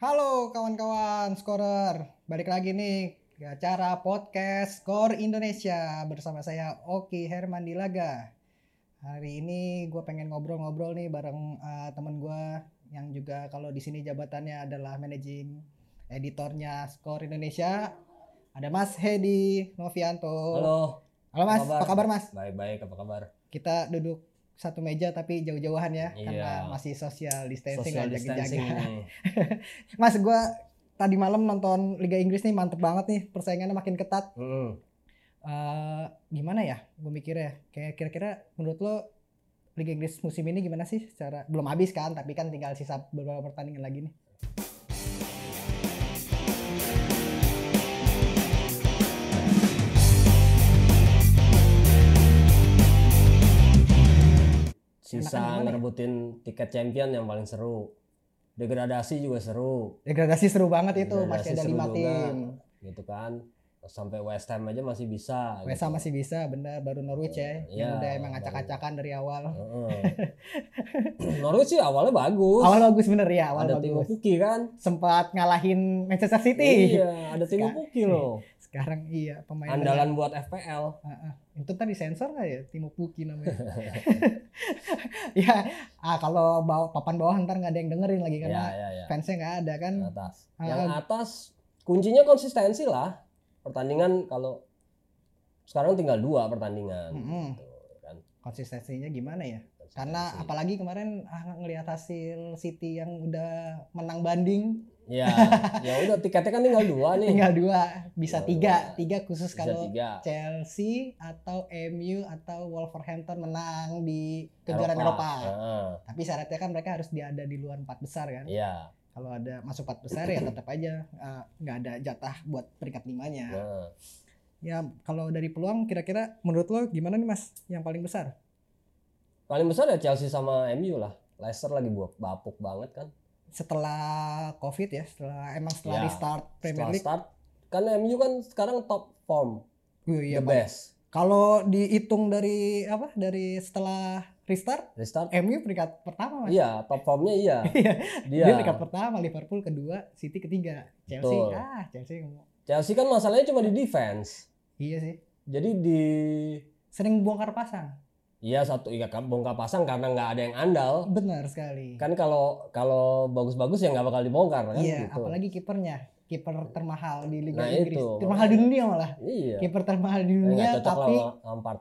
Halo kawan-kawan scorer, balik lagi nih ke acara podcast Skor Indonesia bersama saya Oki Herman Dilaga. Hari ini gue pengen ngobrol-ngobrol nih bareng eh, temen gue yang juga kalau di sini jabatannya adalah managing editornya Skor Indonesia. Ada Mas Hedi Novianto. Halo, Halo Mas, Apa kabar? apa kabar Mas? baik-baik apa kabar? Kita duduk satu meja tapi jauh-jauhan ya karena Iya. masih social distancing Social nggak distancing jaga-jaga. nih. Mas gua tadi malam nonton Liga Inggris nih mantep banget nih persaingannya makin ketat. Mm. Eh gimana ya? Gue mikirnya kayak kira-kira menurut lo Liga Inggris musim ini gimana sih secara belum habis kan tapi kan tinggal sisa beberapa pertandingan lagi nih. Enakan yang Sisa mana ya? ngerebutin tiket champion yang paling seru. Degradasi juga seru, Degradasi seru banget itu Degradasi masih ada seru lima juga. tim. gitu kan. Sampai West Ham aja masih bisa. gitu. Wesa masih bisa bener baru Norwich ya yang Iya, udah emang baru. acak-acakan dari awal. Norwich sih awalnya bagus. Awal bagus bener ya awal ada Timo bagus. Pukki kan? Sempat ngalahin Manchester City. Iya, ada Timo Ska- Pukki loh. Sekarang iya pemain Andalan buat FPL. itu tadi sensor nggak ya Timo Puki namanya ya ah kalau bawa papan bawah ntar nggak ada yang dengerin lagi Ya, karena ya, ya. fansnya nggak ada kan Yang atas. Ah, Yang ah. atas kuncinya konsistensi lah. Pertandingan kalau sekarang tinggal dua pertandingan. Mm-mm. gitu kan. konsistensinya gimana ya Hmm, karena Konsistensi. apalagi kemarin ah, ngelihat hasil City yang udah menang banding ya ya udah tiketnya kan tinggal dua nih. tinggal dua bisa Tinggal tiga dua. tiga khusus Bisa kalau tiga. Chelsea atau MU atau Wolverhampton menang di kejuaraan Eropa. Heeh. Tapi syaratnya kan mereka harus diada di luar empat besar kan. Ah, Iya. kalau ada masuk empat besar ya tetap aja eh, nggak ada jatah buat peringkat limanya. Heeh. Ya kalau dari peluang kira-kira menurut lo gimana nih mas yang paling besar? Paling besar ya Chelsea sama MU lah. Leicester lagi buat bapuk banget kan. Setelah COVID ya, setelah emang setelah Ya, restart Premier Setelah League. start kan MU kan sekarang top form, Wih, iya, the Pak. best. Kalau dihitung dari apa dari setelah restart, Restart MU peringkat pertama mas. Iya, top formnya iya. Iya. Dia, Dia peringkat pertama, Liverpool kedua, City ketiga, Chelsea Betul. ah Chelsea ngomong. Chelsea kan masalahnya cuma di defense. Iya sih, Jadi di sering bongkar pasang. iya satu iya kan, bongkar pasang karena nggak ada yang andal. Benar sekali. Kan kalau kalau bagus-bagus ya nggak bakal dibongkar kan Iya, gitu. apalagi kipernya, kiper termahal di Liga Nah, Inggris, itu, termahal di makanya. dunia malah, Iya. kiper termahal di Nggak dunia, cocok tapi lah Lampard.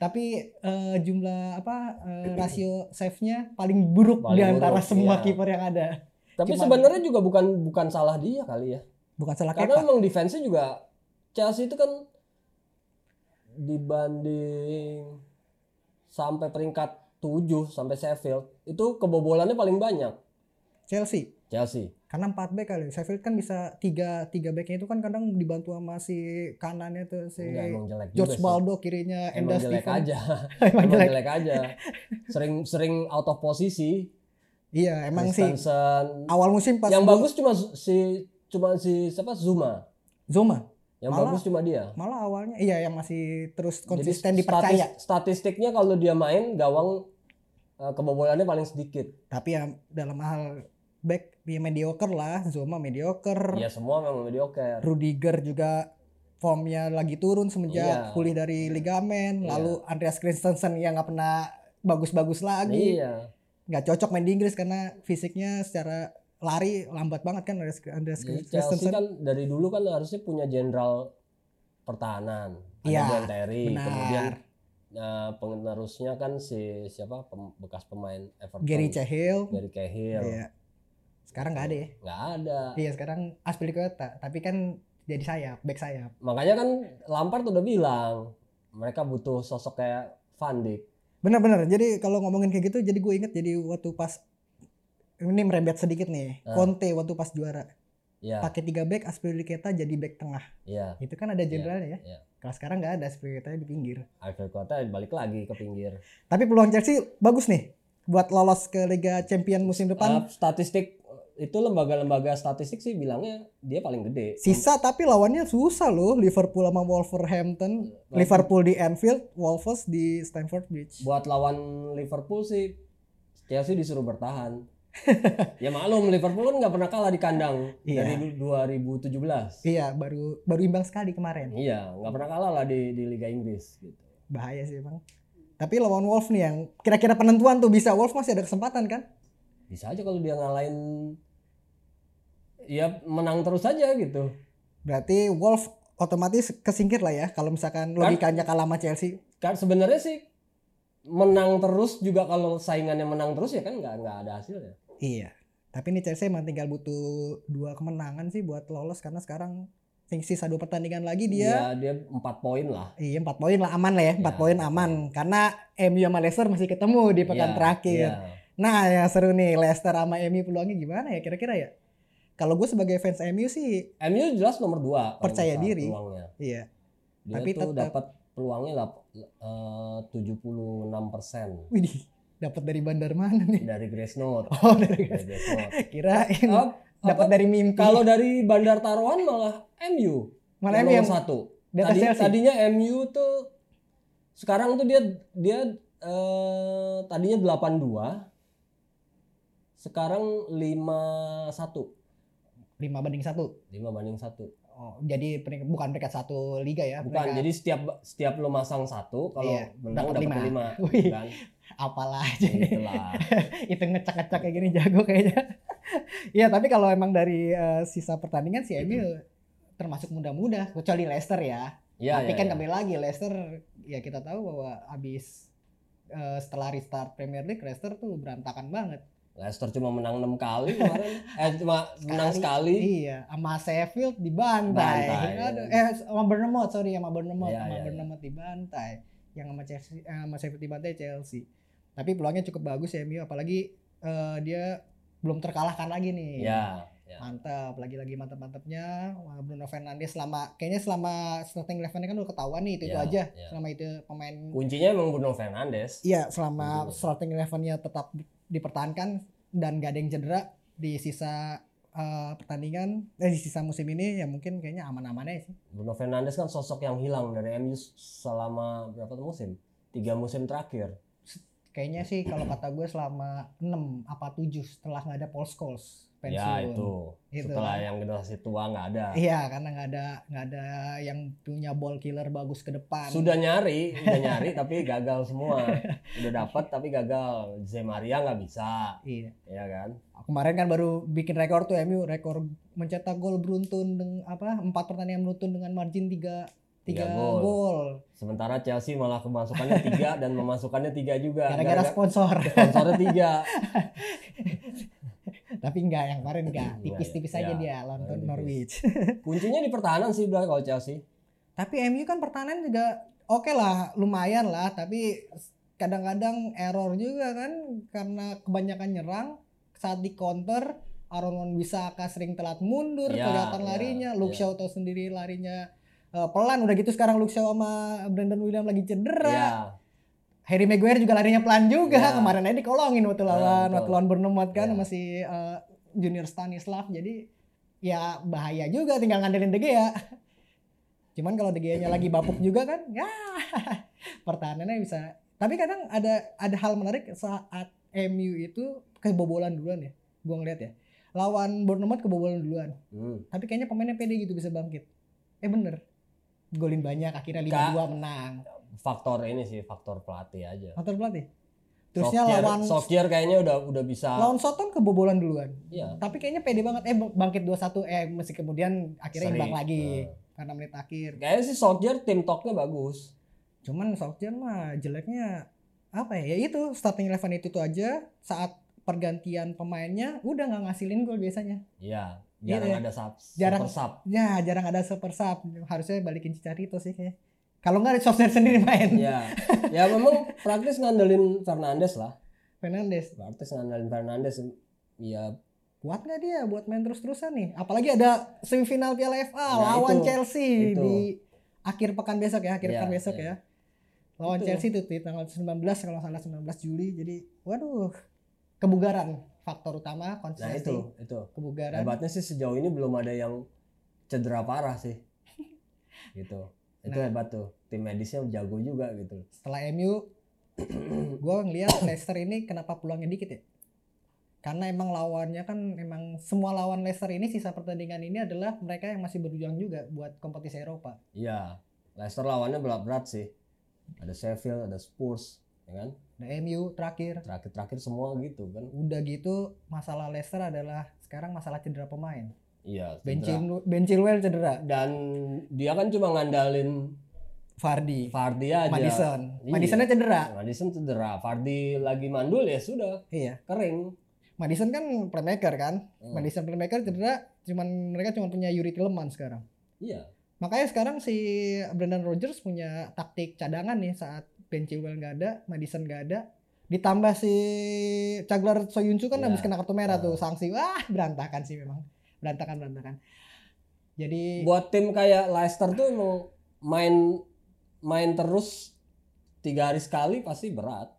tapi eh, jumlah apa eh, rasio save-nya paling buruk Paling di antara buruk, semua iya. kiper yang ada. Tapi Cuman- sebenarnya juga bukan bukan salah dia kali ya. Bukan salah Karena Kepa. memang defense-nya juga Chelsea itu kan dibanding sampai peringkat 7 sampai Sheffield itu kebobolannya paling banyak Chelsea. Chelsea. Karena 4 back kali, Sheffield kan bisa 3 3 backnya itu kan kadang dibantu sama si kanannya tuh si Enggak emang jelek juga George sih. Baldo kirinya Emang Enda jelek Stevens. aja. emang Emang jelek. jelek aja. Sering-sering out of posisi. Iya, emang sih Christensen. awal musim pas Yang gua- bagus cuma si cuma si siapa Zuma. Zuma Yang Malah bagus cuma dia. malah awalnya iya yang masih terus konsisten Jadi dipercaya. statis- statistiknya kalau dia main gawang eh, kebobolannya paling sedikit. tapi ya dalam hal back dia mediocre lah Zuma mediocre Ya semua memang mediocre. Rudiger juga formnya lagi turun semenjak Iya. pulih dari ligamen Iya. lalu Andreas Christensen yang nggak pernah bagus-bagus lagi Iya. nggak cocok main di Inggris karena fisiknya secara lari lambat banget kan Andreas, Andreas Jadi Chelsea Christensen kan dari dulu kan harusnya punya jenderal pertahanan. Ada Iya, John Terry, kemudian benar eh, penerusnya kan si siapa pem- bekas pemain Everton. Gary Cahill kan Gary Cahill. Iya. sekarang nggak ada ya Nggak ada. iya sekarang Aspilicueta tapi kan jadi sayap back sayap Makanya kan Lampard udah bilang mereka butuh sosok kayak Van Dijk. Benar-benar. Jadi kalau ngomongin kayak gitu, jadi gue inget jadi waktu pas ini merembet sedikit nih. Ah. Conte waktu pas juara Ya, pakai tiga back, Aspilicueta jadi back tengah. ya. Itu kan ada jenderalnya ya. iya. Kalau sekarang nggak ada Aspilicueta di pinggir. Akhir kota balik lagi ke pinggir. Tapi peluang Chelsea bagus nih buat lolos ke Liga Champion musim depan. Eh, statistik itu lembaga-lembaga statistik sih bilangnya dia paling gede. Sisa tapi lawannya susah loh Liverpool sama Wolverhampton. Lawan- Liverpool di Anfield, Wolves di Stamford Bridge. buat lawan Liverpool sih Chelsea disuruh bertahan. ya maklum Liverpool kan nggak pernah kalah di kandang Iya. dari du- 2017. Iya, baru baru imbang sekali kemarin. Iya, nggak pernah kalah lah di, di Liga Inggris gitu. Bahaya sih, Bang. Tapi lawan Wolf nih yang kira-kira penentuan tuh bisa Wolf masih ada kesempatan kan? Bisa aja kalau dia ngalahin ya menang terus aja gitu. Berarti Wolf otomatis kesingkir lah ya kalau misalkan logikanya kalah sama Chelsea. Kan sebenarnya sih menang terus juga kalau saingannya menang terus ya kan nggak nggak ada hasilnya. Iya. Tapi ini Chelsea emang tinggal butuh dua kemenangan sih buat lolos karena sekarang sisa dua pertandingan lagi dia. Ya, Dia dia 4 poin lah. Iya, empat poin lah aman lah ya, empat Iya, poin empat aman karena MU sama Leicester masih ketemu di pekan Iya, terakhir. iya. Nah, yang seru nih Leicester sama MU peluangnya gimana ya kira-kira ya? Kalau gue sebagai fans MU sih, MU jelas nomor dua. kalau Percaya misal diri. Peluangnya. iya. Dia Tapi tuh tetap- dapat peluangnya lap- eh, 76% Widih, dapat dari bandar mana nih? dari Grace Note. Oh, dari Dari Grace Note. kira Eh, dapat apa, dari mimpi. kalau dari Bandar Taruhan malah MU. malah yang MU nomor yang satu. di atas Tadi- Chelsea. Tadinya MU tuh sekarang tuh dia dia eh, tadinya 82 sekarang 51. 5 banding 1. 5 banding 1. Oh, jadi peringkat- bukan peringkat satu liga ya. Bukan, peringkat- jadi setiap setiap lo masang satu kalau Iya, menang dapat dapat lima. lima. Wih, Kan? apalah Ya, aja. itulah. itu ngecek-ngecek kayak gini jago kayaknya. Iya, tapi kalau emang dari eh, sisa pertandingan si MU termasuk muda-muda kecuali Leicester ya. Ya, tapi ya, kan ya. kembali lagi Leicester ya kita tahu bahwa abis eh, setelah restart Premier League Leicester tuh berantakan banget. Leicester cuma menang 6 kali kemarin. eh cuma menang sekali. Iya, sama Sheffield dibantai. Bantai, ya. Aduh, eh sama Bournemouth, sorry sama Bournemouth, Iya, sama iya, Bournemouth dibantai. Yang sama Chelsea, eh, sama Sheffield dibantai Chelsea. Tapi peluangnya cukup bagus ya MU, apalagi eh, dia belum terkalahkan lagi nih. Ya, ya. Mantap, lagi-lagi mantap-mantapnya. Wah, Bruno Fernandes selama kayaknya selama starting eleven kan udah ketahuan nih itu itu Ya, aja. ya. Selama itu pemain Kuncinya emang Bruno Fernandes. Iya, selama Betul. starting elevennya tetap dipertahankan dan gak ada yang cedera di sisa eh, pertandingan, eh, di sisa musim ini ya mungkin kayaknya aman-aman aja sih. Bruno Fernandes kan sosok yang hilang dari MU selama berapa tuh musim? Tiga musim terakhir. Kayaknya sih kalau kata gue selama 6 apa 7 setelah nggak ada Paul Scholes pensiun. Ya itu. Itu. Setelah yang generasi tua nggak ada. Iya, karena nggak ada nggak ada yang punya ball killer bagus ke depan. Sudah nyari, udah nyari tapi gagal semua. Udah dapat tapi gagal. Zemaria nggak bisa, Iya. ya kan? Kemarin kan baru bikin rekor tuh MU, rekor mencetak gol beruntun dengan apa? 4 pertandingan beruntun dengan margin 3 Tiga 3 gol. gol. Sementara Chelsea malah kemasukannya tiga dan memasukannya tiga juga. Gara-gara sponsor. Gara-gara sponsornya tiga. Tapi enggak yang kemarin enggak, Enggak, tipis-tipis ya. aja Ya, dia lawan tipis. Norwich. Kuncinya di pertahanan sih udah kalau Chelsea. tapi MU kan pertahanan juga oke lah, lumayan lah, tapi kadang-kadang error juga kan karena kebanyakan nyerang saat di counter Aaron Wan-Bissaka sering telat mundur, Ya, kelihatan ya, larinya, Luke ya. Shaw tahu sendiri larinya eh, pelan udah gitu sekarang Luke Shaw sama Brandon William lagi cedera. Iya. Harry Maguire juga larinya pelan juga. Ya. Kemarin aja dikolongin waktu Ya, lawan betul. waktu lawan Bournemouth kan Ya. masih eh, junior Stanislav. Jadi ya bahaya juga tinggal ngandelin De Gea. Cuman kalau De Gea-nya lagi bapuk juga kan, ya pertahanannya bisa. Tapi kadang ada ada hal menarik saat MU itu kebobolan duluan ya. Gua ngeliat ya. Lawan Bournemouth kebobolan duluan. Hmm. Tapi kayaknya pemainnya pede gitu bisa bangkit. Eh bener. Golin banyak akhirnya 5-2 menang. Faktor ini sih faktor pelatih aja. Faktor pelatih. Terusnya Solskjaer- lawan Solskjaer kayaknya udah udah bisa. lawan Soton kebobolan duluan. Iya. Tapi kayaknya pede banget eh bangkit 2-1 eh meski kemudian akhirnya seri. imbang lagi Nah. karena menit akhir. Kayaknya sih Solskjaer tim talknya bagus. Cuman Solskjaer mah jeleknya apa ya? Ya itu starting eleven itu tuh aja saat pergantian pemainnya udah nggak ngasilin gol biasanya. Iya. Iya, Jarang ya. ada sub, Jarang. super sub. Ya jarang ada super sub. Harusnya balikin Cicarito sih kayaknya. Kalau nggak Solskjaer sendiri main. Iya. ya memang praktis ngandelin Fernandes lah. Fernandes Praktis ngandelin Fernandes. Ya kuat nggak dia buat main terus-terusan nih? Apalagi ada semifinal Piala FA Nah, lawan itu. Chelsea Itu. di akhir pekan besok ya, akhir Iya, pekan besok iya. ya. Lawan Itu. Chelsea itu di tanggal 19 kalau nggak salah 19 Juli. Jadi waduh, kebugaran faktor utama nah konsistensi itu itu. kebugaran. Hebatnya sih sejauh ini belum ada yang cedera parah sih. gitu. Itu Nah. hebat tuh. Tim medisnya jago juga gitu. Setelah MU gua ngeliat Leicester ini kenapa peluangnya dikit ya? Karena emang lawannya kan emang semua lawan Leicester ini sisa pertandingan ini adalah mereka yang masih berjuang juga buat kompetisi Eropa. Iya, Leicester lawannya berat berat sih. Ada Sheffield, ada Spurs, ya kan? Nah, MU terakhir Terakhir-terakhir semua gitu kan? udah gitu masalah Leicester adalah sekarang masalah cedera pemain. Iya. Ben, cedera. Chil- ben Chilwell cedera, Dan dia kan cuma ngandalin Vardy, Vardy aja. Madison. Iya. Madisonnya cedera. Madison cedera. Vardy lagi mandul ya sudah Iya. kering. Madison kan playmaker kan. Hmm. Madison playmaker cedera, cuman mereka cuma punya Yuri Tillman sekarang. Iya. Makanya sekarang si Brendan Rodgers punya taktik cadangan nih saat Ben Chilwell nggak ada, Madison nggak ada. Ditambah si Caglar Soyuncu kan Iya. habis kena kartu merah Ah. tuh sanksi. Wah, berantakan sih memang. Berantakan berantakan. Jadi Buat tim kayak Leicester tuh emang main main terus tiga hari sekali pasti berat.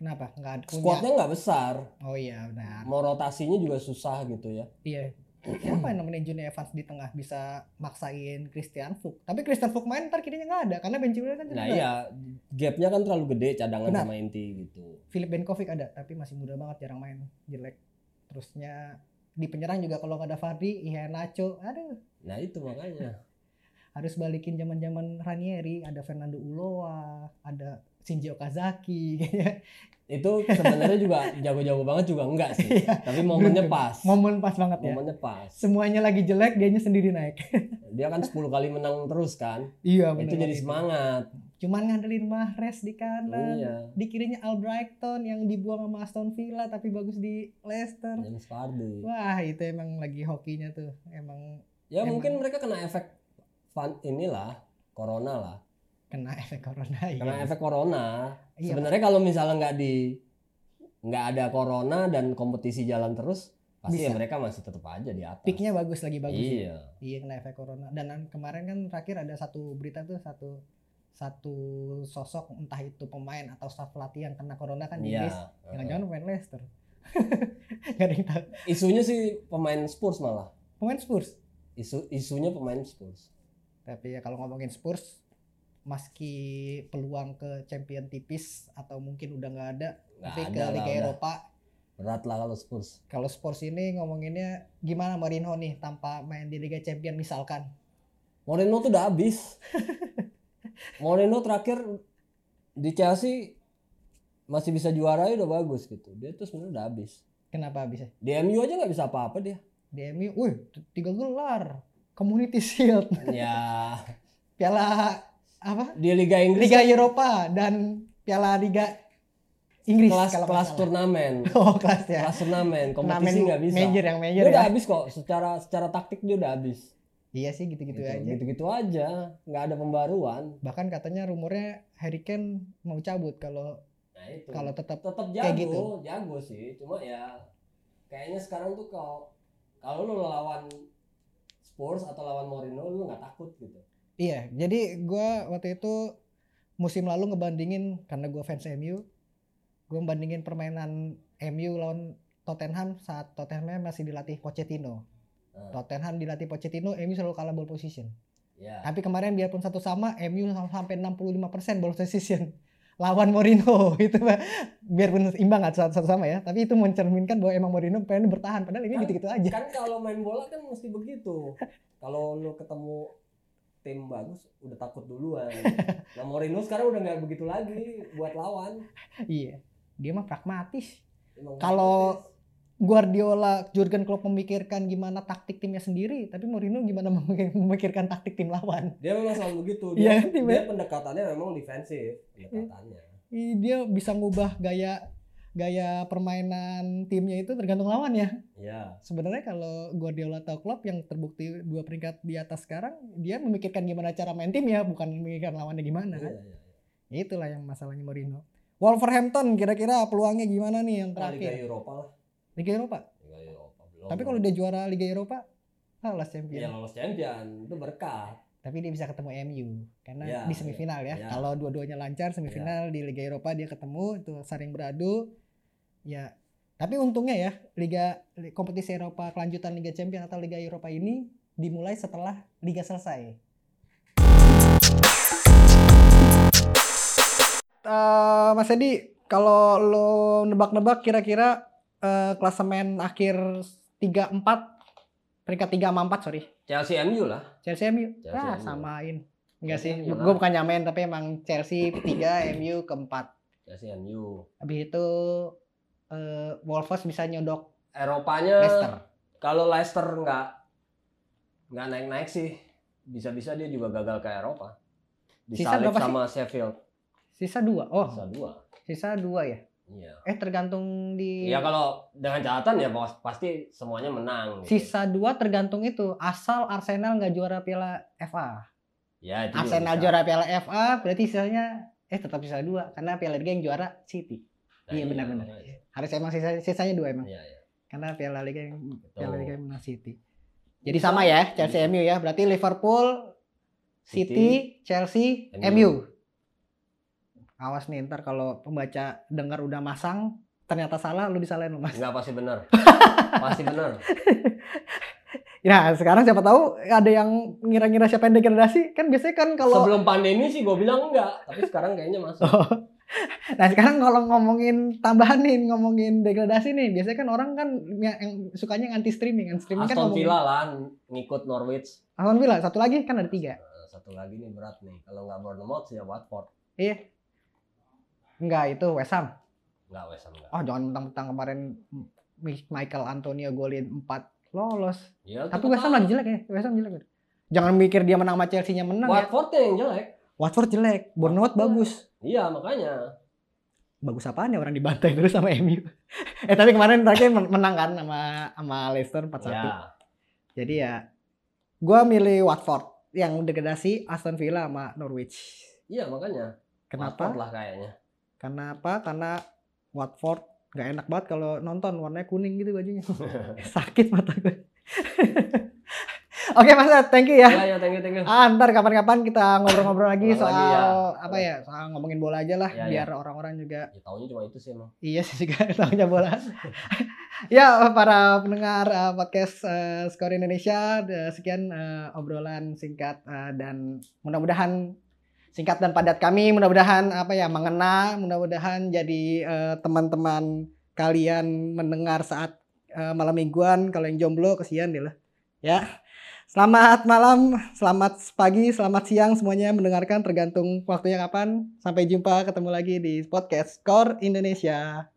kenapa? Nggak ada- punya. Squadnya nggak besar, Oh iya benar. mau rotasinya juga susah gitu ya. Iya. Siapa yang nemenin Johnny Evans di tengah bisa maksain Christian Fuchs? Tapi Christian Fuchs main ntar kirinya nggak ada karena Ben Chilwell kan cedera. Nah iya, gapnya kan terlalu gede cadangan Benar. sama inti gitu. Philip Benkovic ada tapi masih muda banget jarang main jelek terusnya di penyerang juga kalau nggak ada Fardi iya Nacho aduh Nah itu makanya. harus balikin zaman zaman Ranieri ada Fernando Uloa ada Shinji Okazaki kayaknya Itu sebenarnya juga jago-jago banget juga enggak sih. Iya, Tapi momennya Belum. pas. momen pas banget ya Momennya pas. semuanya lagi jelek dianya sendiri naik Dia kan 10 kali menang terus kan. iya Itu bener jadi waktu semangat. cuman ngandelin Mahrez di kanan Iya. di kirinya Albrighton yang dibuang sama Aston Villa tapi bagus di Leicester James Vardy. wah itu emang lagi hokinya tuh emang Ya Emang. mungkin mereka kena efek fan inilah corona lah. kena efek corona Kena iya. efek corona. Iya, Sebenarnya kalau misalnya nggak di nggak ada corona dan kompetisi jalan terus, pasti Bisa. ya mereka masih tetap aja di atas. Peaknya bagus lagi bagus. Iya. Iya kena efek corona. Dan an- kemarin kan terakhir ada satu berita tuh satu satu sosok entah itu pemain atau staff pelatih yang kena corona kan di Iya. Inggris. Jangan-jangan pemain Leicester. Gak ada yang tahu. Isunya sih pemain Spurs malah. Pemain Spurs. Isu isunya pemain Spurs. Tapi ya kalau ngomongin Spurs, meski peluang ke champion tipis atau mungkin udah nggak ada, Nggak tapi ke ada lah, Liga udah. Eropa, Berat lah kalau Spurs. kalau Spurs ini ngomonginnya gimana Mourinho nih tanpa main di Liga Champion misalkan? Moreno tuh udah habis. Moreno terakhir di Chelsea masih bisa juara ya udah bagus gitu. Dia tuh sebenarnya udah habis. Kenapa bisa? Di MU aja nggak bisa apa-apa dia. DMU, wih t- tiga gelar, Community Shield, ya Piala apa? di Liga Inggris Liga kan? Eropa dan Piala Liga Inggris. kelas kalau nggak kelas salah. turnamen, Oh kelas ya. kelas turnamen, kompetisi Turnamen nggak bisa. Major yang Dia major udah ya. habis kok. Secara secara taktik dia udah habis. Iya sih gitu-gitu Gitu, aja. Gitu-gitu aja. Nggak ada pembaruan. Bahkan katanya rumornya Harry Kane mau cabut kalau Nah itu. kalau tetap tetap Kayak jago, gitu. jago sih. Cuma ya kayaknya sekarang tuh kalau kalau lu lawan Spurs atau lawan Mourinho lu nggak takut gitu. iya. Jadi gua waktu itu musim lalu ngebandingin karena gua fans MU, gua ngebandingin permainan MU lawan Tottenham saat Tottenham masih dilatih Pochettino. Nah, Tottenham dilatih Pochettino, MU selalu kalah ball position. ya. Tapi kemarin biarpun satu sama, MU sam- sampai 65% ball position lawan Mourinho itu mah. biarpun imbang nggak satu, satu sama ya tapi itu mencerminkan bahwa emang Mourinho pengen bertahan padahal ini Kan- gitu-gitu aja Kan kalau main bola kan mesti begitu. kalau lu ketemu tim bagus udah takut duluan. Nah Mourinho sekarang udah nggak begitu lagi buat lawan. iya dia mah pragmatis Emang Kalau- pragmatis. Guardiola Jurgen Klopp memikirkan gimana taktik timnya sendiri tapi Mourinho gimana memik- memikirkan taktik tim lawan dia memang selalu begitu. Iya, Hmm. Dia, kan, tiba- dia pendekatannya memang defensif ya pendekatannya. Ih, dia bisa ngubah gaya gaya permainan timnya itu tergantung lawan ya Iya. sebenarnya kalau Guardiola atau Klopp yang terbukti dua peringkat di atas sekarang dia memikirkan gimana cara main tim ya bukan memikirkan lawannya gimana Iya, kan iya. itulah yang masalahnya Mourinho Wolverhampton kira-kira peluangnya gimana nih yang Nah, Liga terakhir Eropa lah. Liga Eropa Liga Eropa belum. tapi kalau dia juara Liga Eropa kalah Ya champion lolos champion itu berkah. tapi dia bisa ketemu MU karena Iya, di semifinal ya iya. kalau dua-duanya lancar semifinal di Liga Eropa dia ketemu itu saring beradu ya tapi untungnya ya Liga li- kompetisi Eropa kelanjutan Liga Champions atau Liga Eropa ini dimulai setelah Liga selesai Eh, Mas Edi kalau lo nebak-nebak kira-kira eh, klasemen akhir 3-4 peringkat 3 sama 4 sorry. Chelsea MU lah. Chelsea MU. Chelsea, ah, MU. samain. Enggak sih, Chelsea, MU gue lah. bukan nyamain tapi emang Chelsea 3, MU keempat. Chelsea MU. Habis itu eh Wolves bisa nyodok Eropanya Leicester. kalau Leicester nggak nggak naik-naik sih bisa-bisa dia juga gagal ke Eropa. Sisa Disalib berapa sih? sama Sheffield. Sisa 2. Sisa Oh, dua. sisa 2 ya. Iya. Eh tergantung di Ya kalau dengan catatan ya pas- pasti semuanya menang. gitu. sisa 2 tergantung itu. Asal Arsenal nggak juara Piala FA. Ya, itu juga Arsenal bisa. juara Piala FA berarti sisanya eh tetap sisa 2 karena Piala Liga yang juara City. Nah, Iya, benar-benar. makanya. Harus emang sisa, sisanya 2 emang. Iya, iya. Karena Piala Liga yang Betul. Piala Liga yang menang City. Jadi sama ya Chelsea Iya. MU ya. Berarti Liverpool, City, Chelsea, MU. MU. Awas nih ntar kalau pembaca dengar udah masang ternyata salah lu disalahin lu mas. Enggak pasti benar. pasti benar. Nah sekarang siapa tahu ada yang ngira-ngira siapa yang degradasi kan biasanya kan kalau Oh, Sebelum pandemi sih gue bilang enggak, tapi sekarang kayaknya masuk. nah sekarang kalau ngomongin tambahan nih ngomongin degradasi nih biasanya kan orang kan yang yang sukanya anti streaming anti streaming kan Aston ngomongin- Villa lah ngikut Norwich. Aston Villa satu lagi kan ada tiga Nah, Satu lagi nih berat nih. Kalau nggak Bournemouth ya Watford. iya enggak itu West Ham Enggak West Ham enggak. oh jangan mentang-mentang kemarin Mi- Michael Antonio golin 4 lolos Ya, tapi tetap West Ham aja. lagi jelek ya West Ham jelek jangan mikir dia menang sama Chelsea-nya menang ya Watford yang jelek. Watford jelek Bournemouth bagus Iya, makanya. bagus apaan ya orang dibantai terus sama MU eh tapi kemarin terakhir men- menang kan sama sama Leicester 4-1 Ya. jadi ya gue milih Watford yang degradasi Aston Villa sama Norwich Iya, makanya. kenapa Watford lah kayaknya. Karena apa? Karena Watford nggak enak banget kalau nonton warnanya kuning gitu bajunya. Sakit mata gue. Oke Mas, Ed, thank you ya. Ya, ya, thank you, thank you. Ah, ntar kapan-kapan kita ngobrol-ngobrol lagi Ngobrol soal lagi ya. apa ya? Soal ngomongin bola aja lah, Ya, ya. biar orang-orang juga Ya, tahunya cuma itu sih emang. Iya sih juga tahunya Ah. bola. ya para pendengar eh, podcast eh, Skor Indonesia eh, sekian eh, obrolan singkat eh, dan mudah-mudahan singkat dan padat kami mudah-mudahan apa ya mengena mudah-mudahan jadi eh, teman-teman kalian mendengar saat eh, malam mingguan kalau yang jomblo kesian deh lah ya. Selamat malam, selamat pagi, selamat siang semuanya mendengarkan tergantung waktunya kapan. Sampai jumpa ketemu lagi di podcast Skor Indonesia.